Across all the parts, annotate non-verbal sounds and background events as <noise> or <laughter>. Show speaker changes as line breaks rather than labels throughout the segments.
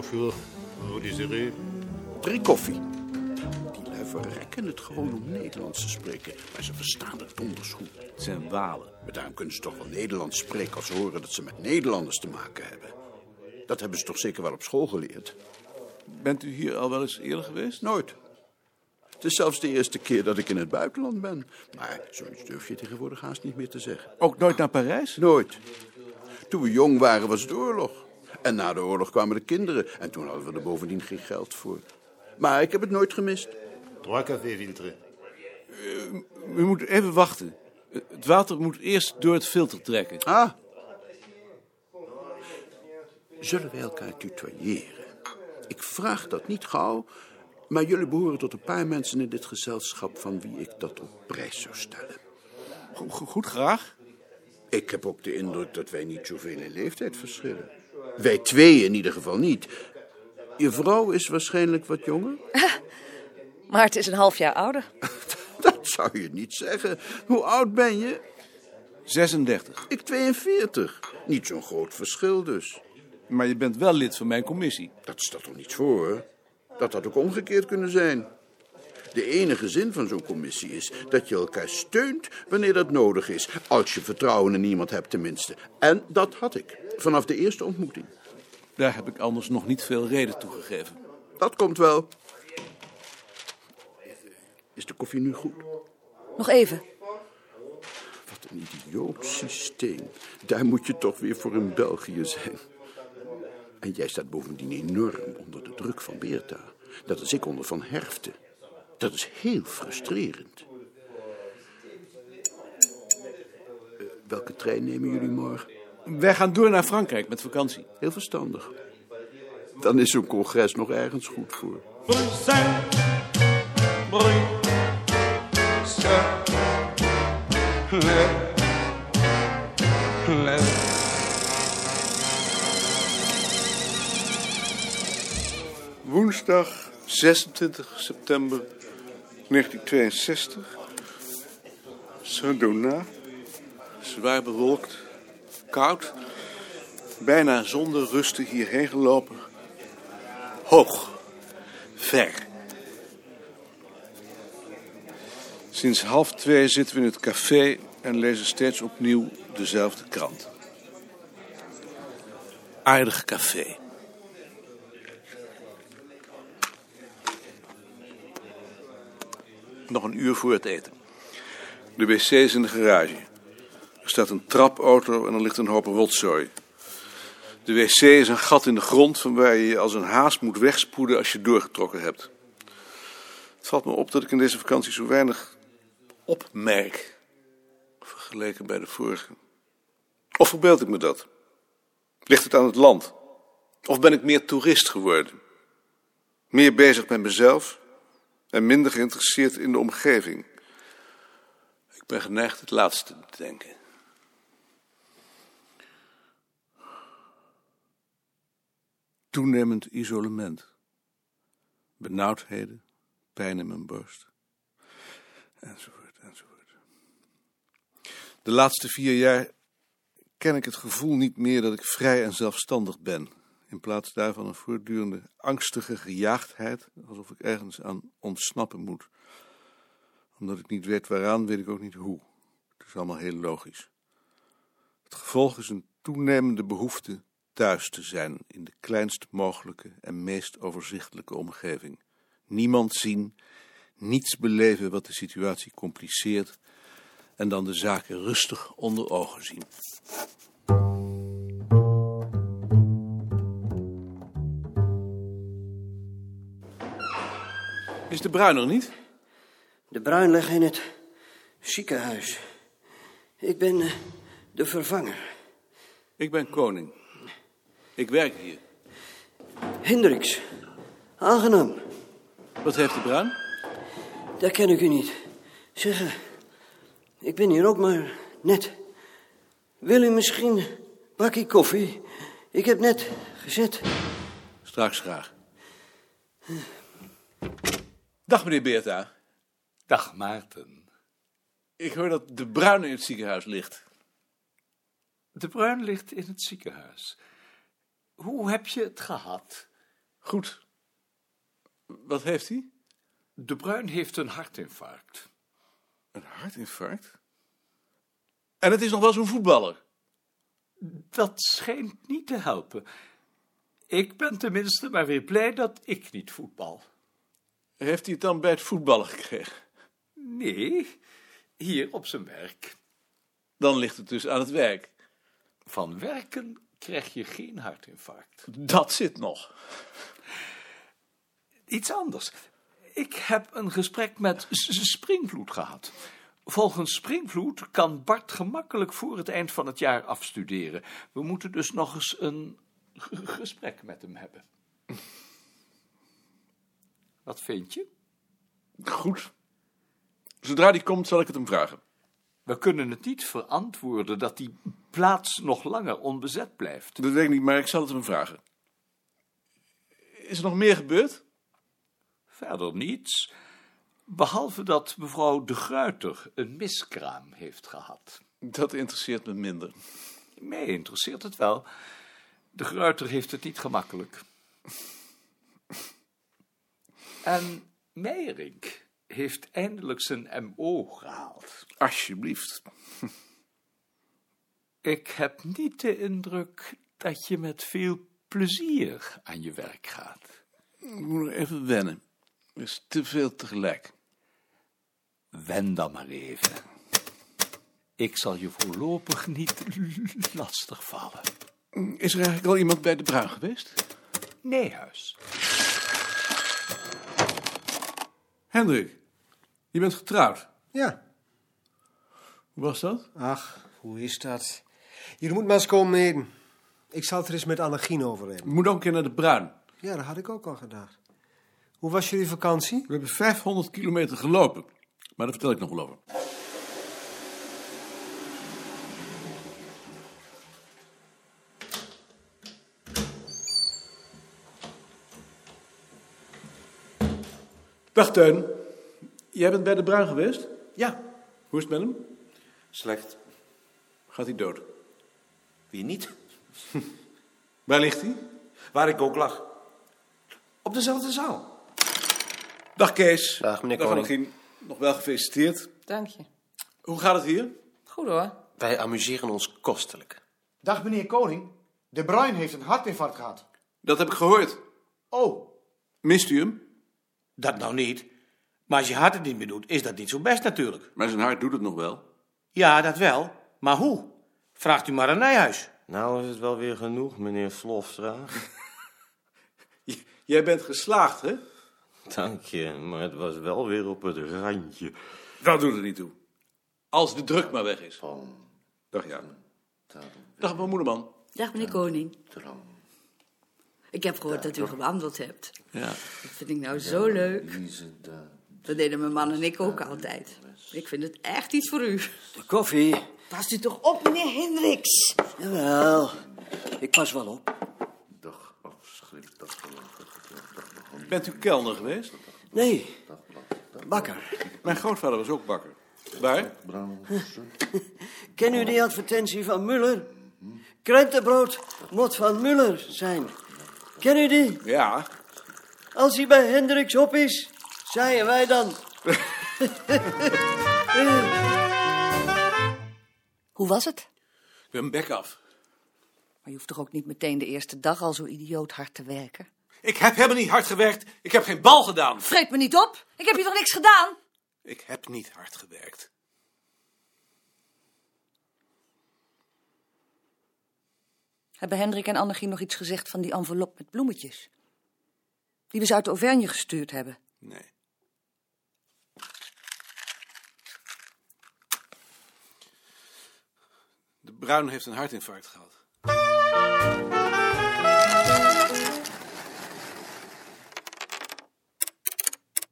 voor oh, Desiree. Drie koffie. Die lui verrekken het gewoon om Nederlands te spreken. Maar ze verstaan het donders goed.
Het zijn walen.
Maar daarom kunnen ze toch wel Nederlands spreken als ze horen dat ze met Nederlanders te maken hebben. Dat hebben ze toch zeker wel op school geleerd?
Bent u hier al wel eens eerder geweest? Nou,
Nooit. Het is zelfs de eerste keer dat ik in het buitenland ben. Maar zoiets durf je tegenwoordig haast niet meer te zeggen.
Ook nooit naar Parijs?
Nooit. Toen we jong waren was het oorlog. En na de oorlog kwamen de kinderen. En toen hadden we er bovendien geen geld voor. Maar ik heb het nooit gemist.
Trois cafés, Vintre.
U moet Nou, even wachten. Eh, Het water moet eerst door het filter trekken.
Ah. Zullen wij elkaar tutoyeren? Ik vraag dat niet gauw, maar jullie behoren tot een paar mensen in dit gezelschap van wie ik dat op prijs zou stellen.
Go- go- goed, graag.
Ik heb ook de indruk dat wij niet zoveel in leeftijd verschillen. Wij twee in ieder geval niet. Je vrouw is waarschijnlijk wat jonger. <laughs>
Maar het is een half jaar ouder.
Dat zou je niet zeggen. Hoe oud ben je?
36.
Ik 42. Niet zo'n groot verschil dus.
Maar je bent wel lid van mijn commissie.
Dat staat toch niets voor? Dat had ook omgekeerd kunnen zijn. De enige zin van zo'n commissie is dat je elkaar steunt wanneer dat nodig is. Als je vertrouwen in iemand hebt, tenminste. En dat had ik, vanaf de eerste ontmoeting.
Daar heb ik anders nog niet veel reden toe gegeven.
Dat komt wel. Is de koffie nu goed?
Nog even.
Wat een idioot systeem. Daar moet je toch weer voor in België zijn. En jij staat bovendien enorm onder de druk van Beerta. Dat is ik onder Van Herften. Dat is heel frustrerend. Eh, welke trein nemen jullie morgen?
Wij gaan door naar Frankrijk met vakantie.
Heel verstandig. Dan is zo'n congres nog ergens goed voor.
Bruxelles, Bruxelles,
Woensdag 26 september 1962. Sardona. Zwaar bewolkt, koud. Bijna zonder rusten hierheen gelopen. Hoog, ver. Sinds half twee zitten we in het café en lezen steeds opnieuw dezelfde krant.
Aardig café.
Nog een uur voor het eten. De wc is in de garage. Er staat een trapauto en er ligt een hoop rotzooi. De wc is een gat in de grond van waar je je als een haas moet wegspoeden als je doorgetrokken hebt. Het valt me op dat ik in deze vakantie zo weinig opmerk. Vergeleken bij de vorige. Of verbeeld ik me dat? Ligt het aan het land? Of ben ik meer toerist geworden? Meer bezig met mezelf en minder geïnteresseerd in de omgeving. Ik ben geneigd het laatste te denken. Toenemend isolement. Benauwdheden, pijn in mijn borst. Enzovoort, enzovoort. De laatste vier jaar ken ik het gevoel niet meer dat ik vrij en zelfstandig ben. In plaats daarvan een voortdurende angstige gejaagdheid, alsof ik ergens aan ontsnappen moet. Omdat ik niet weet waaraan, weet ik ook niet hoe. Het is allemaal heel logisch. Het gevolg is een toenemende behoefte thuis te zijn in de kleinst mogelijke en meest overzichtelijke omgeving. Niemand zien, niets beleven wat de situatie compliceert en dan de zaken rustig onder ogen zien.
Is de bruin er niet?
De Bruin ligt in het ziekenhuis. Ik ben eh, de vervanger.
Ik ben koning. Ik werk hier.
Hendricks, aangenaam.
Wat heeft de bruin?
Dat ken ik u niet. Zeg, eh, ik ben hier ook maar net. Wil u misschien een bakje koffie? Ik heb net gezet.
Straks graag. Dag meneer Beerta.
Dag Maarten.
Ik hoor dat de bruin in het ziekenhuis ligt.
De Bruin ligt in het ziekenhuis. Hoe heb je het gehad?
Goed. Wat heeft hij?
De Bruin heeft een hartinfarct.
Een hartinfarct? En het is nog wel zo'n voetballer.
Dat schijnt niet te helpen. Ik ben tenminste maar weer blij dat ik niet voetbal.
Heeft hij het dan bij het voetballen gekregen?
Nee, hier op zijn werk.
Dan ligt het dus aan het werk.
Van werken krijg je geen hartinfarct.
Dat zit nog.
Iets anders. Ik heb een gesprek met S- S- Springvloed gehad. Volgens Springvloed kan Bart gemakkelijk voor het eind van het jaar afstuderen. We moeten dus nog eens een g- gesprek met hem hebben. Wat vind je?
Goed. Zodra die komt, zal ik het hem vragen.
We kunnen het niet verantwoorden dat die plaats nog langer onbezet blijft.
Dat weet ik niet, maar ik zal het hem vragen. Is er nog meer gebeurd?
Verder niets, behalve dat mevrouw de Gruiter een miskraam heeft gehad.
Dat interesseert me minder.
Mij interesseert het wel. De Gruiter heeft het niet gemakkelijk. <laughs> En Meijerink heeft eindelijk zijn MO gehaald.
Alsjeblieft.
Ik heb niet de indruk dat je met veel plezier aan je werk gaat.
Ik moet nog even wennen. Er is te veel tegelijk.
Wen dan maar even. Ik zal je voorlopig niet <laughs> lastig vallen.
Is er eigenlijk al iemand bij de bruin geweest?
Nee, huis.
Hendrik, je bent getrouwd.
Ja.
Hoe was dat?
Ach, hoe is dat? Jullie moeten maar eens komen eten. Ik zal het er eens met Annegien over hebben.
Je moet ook een keer naar de bruin.
Ja, dat had ik ook al gedacht. Hoe was jullie vakantie?
We hebben 500 kilometer gelopen. Maar daar vertel ik nog wel over. Dag Teun. Jij bent bij de Bruin geweest?
Ja,
Hoe is het met hem?
slecht.
Gaat hij dood?
Wie niet?
<laughs> Waar ligt hij?
Waar ik ook lag. Op dezelfde zaal.
Dag Kees.
Dag, meneer Koning.
Annegien. Nog wel gefeliciteerd.
Dank je.
Hoe gaat het hier?
Goed hoor.
Wij amuseren ons kostelijk.
Dag meneer Koning. De Bruin heeft een hartinfarct gehad.
Dat heb ik gehoord.
Oh,
Mist u hem?
Dat nou niet. Maar als je hart het niet meer doet, is dat niet zo best natuurlijk.
Maar zijn hart doet het nog wel.
Ja, dat wel. Maar hoe? Vraagt u maar aan Nijhuis.
Nou is het wel weer genoeg, meneer Slofstra. <laughs>
J- Jij bent geslaagd, hè?
Dank je, maar het was wel weer op het randje.
Dat doet er niet toe. Als de druk maar weg is. Dag ja. Dag mijn moederman.
Dag meneer Koning. Ik heb gehoord dat u gewandeld hebt.
Ja.
Dat vind ik nou zo leuk.
eh,
Dat deden mijn man en ik ook altijd. Ik vind het echt iets voor u.
De koffie?
Past u toch op, meneer Hendricks?
Jawel. Ik pas wel op.
Bent u kelner geweest?
Nee. Bakker.
Mijn grootvader was ook bakker. Waar?
Ken u die advertentie van Muller? Krentenbrood moet van Muller zijn. Ken u die?
Ja.
Als hij bij Hendricks op is, zeiden wij dan.
Hoe was het?
Ik ben bek af.
Maar je hoeft toch ook niet meteen de eerste dag al zo idioot hard te werken?
Ik heb helemaal niet hard gewerkt. Ik heb geen bal gedaan.
Vreet me niet op. Ik heb hier toch niks gedaan?
Ik heb niet hard gewerkt.
Hebben Hendrik en Annegien nog iets gezegd van die envelop met bloemetjes? Die we ze uit Auvergne gestuurd hebben.
Nee. De Bruin heeft een hartinfarct gehad.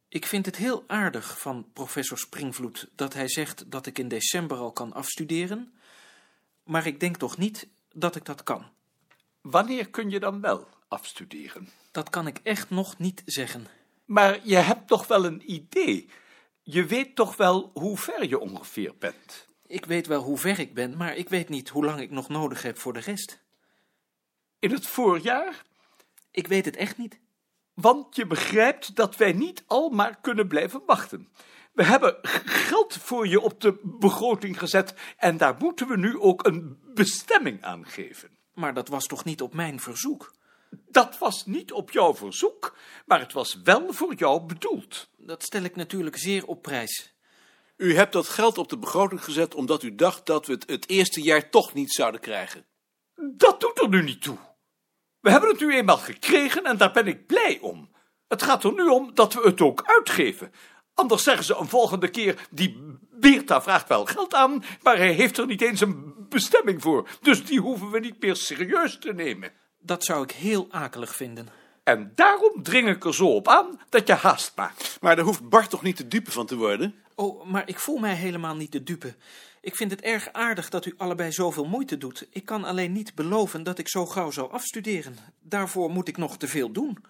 Ik vind het heel aardig van professor Springvloed dat hij zegt dat ik in december al kan afstuderen, maar ik denk toch niet dat ik dat kan.
Wanneer kun je dan wel afstuderen?
Dat kan ik echt nog niet zeggen.
Maar je hebt toch wel een idee. Je weet toch wel hoe ver je ongeveer bent.
Ik weet wel hoe ver ik ben, maar ik weet niet hoe lang ik nog nodig heb voor de rest.
In het voorjaar?
Ik weet het echt niet.
Want je begrijpt dat wij niet al maar kunnen blijven wachten. We hebben g- geld voor je op de begroting gezet en daar moeten we nu ook een bestemming aan geven.
Maar dat was toch niet op mijn verzoek?
Dat was niet op jouw verzoek, maar het was wel voor jou bedoeld.
Dat stel ik natuurlijk zeer op prijs.
U hebt dat geld op de begroting gezet omdat u dacht dat we het het eerste jaar toch niet zouden krijgen.
Dat doet er nu niet toe. We hebben het nu eenmaal gekregen en daar ben ik blij om. Het gaat er nu om dat we het ook uitgeven. Anders zeggen ze een volgende keer: die Beerta vraagt wel geld aan, maar hij heeft er niet eens een bestemming voor. Dus die hoeven we niet meer serieus te nemen.
Dat zou ik heel akelig vinden.
En daarom dring ik er zo op aan dat je haast maakt.
Maar daar hoeft Bart toch niet de dupe van te worden?
Oh, maar ik voel mij helemaal niet de dupe. Ik vind het erg aardig dat u allebei zoveel moeite doet. Ik kan alleen niet beloven dat ik zo gauw zal afstuderen. Daarvoor moet ik nog te veel doen.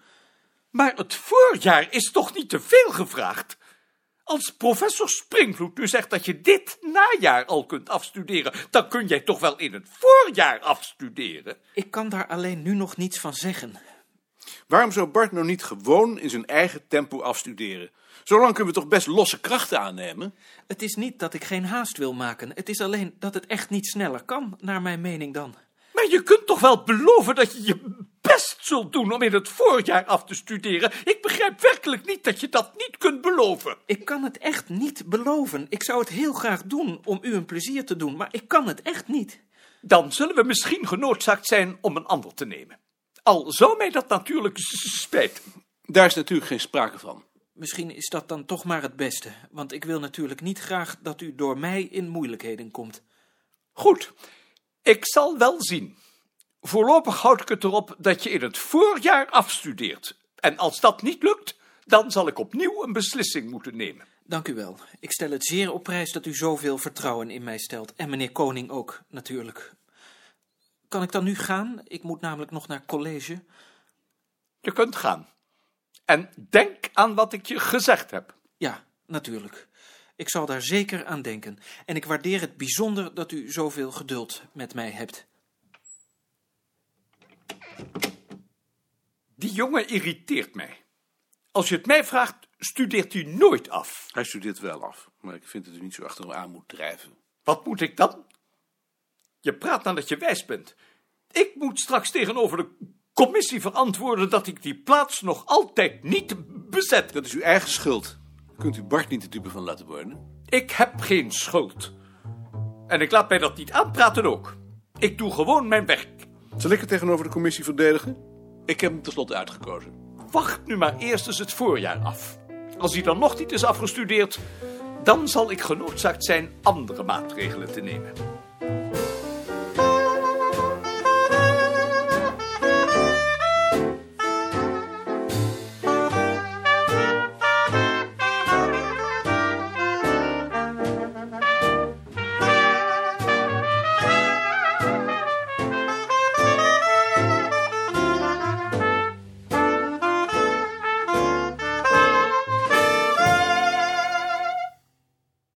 Maar het voorjaar is toch niet te veel gevraagd? Als professor Springvloed nu zegt dat je dit najaar al kunt afstuderen, dan kun jij toch wel in het voorjaar afstuderen?
Ik kan daar alleen nu nog niets van zeggen.
Waarom zou Bart nou niet gewoon in zijn eigen tempo afstuderen? Zolang kunnen we toch best losse krachten aannemen?
Het is niet dat ik geen haast wil maken. Het is alleen dat het echt niet sneller kan, naar mijn mening dan.
Maar je kunt toch wel beloven dat je je best zult doen om in het voorjaar af te studeren? Ik begrijp werkelijk niet dat je dat niet kunt beloven.
Ik kan het echt niet beloven. Ik zou het heel graag doen om u een plezier te doen, maar ik kan het echt niet.
Dan zullen we misschien genoodzaakt zijn om een ander te nemen. Al zou mij dat natuurlijk s- spijten.
Daar is natuurlijk geen sprake van.
Misschien is dat dan toch maar het beste, want ik wil natuurlijk niet graag dat u door mij in moeilijkheden komt.
Goed, ik zal wel zien. Voorlopig houd ik het erop dat je in het voorjaar afstudeert. En als dat niet lukt, dan zal ik opnieuw een beslissing moeten nemen.
Dank u wel. Ik stel het zeer op prijs dat u zoveel vertrouwen in mij stelt. En meneer Koning ook, natuurlijk. Kan ik dan nu gaan? Ik moet namelijk nog naar college.
Je kunt gaan. En denk aan wat ik je gezegd heb.
Ja, natuurlijk. Ik zal daar zeker aan denken. En ik waardeer het bijzonder dat u zoveel geduld met mij hebt.
Die jongen irriteert mij. Als je het mij vraagt, studeert hij nooit af.
Hij studeert wel af, maar ik vind dat u niet zo achter hem aan moet drijven.
Wat moet ik dan? Je praat dan dat je wijs bent. Ik moet straks tegenover de commissie verantwoorden dat ik die plaats nog altijd niet bezet.
Dat is uw eigen schuld. Daar kunt u Bart niet de dupe van laten worden?
Ik heb geen schuld. En ik laat mij dat niet aanpraten ook. Ik doe gewoon mijn werk.
Zal ik het tegenover de commissie verdedigen?
Ik heb hem tenslotte uitgekozen.
Wacht nu maar eerst eens het voorjaar af. Als hij dan nog niet is afgestudeerd, dan zal ik genoodzaakt zijn andere maatregelen te nemen.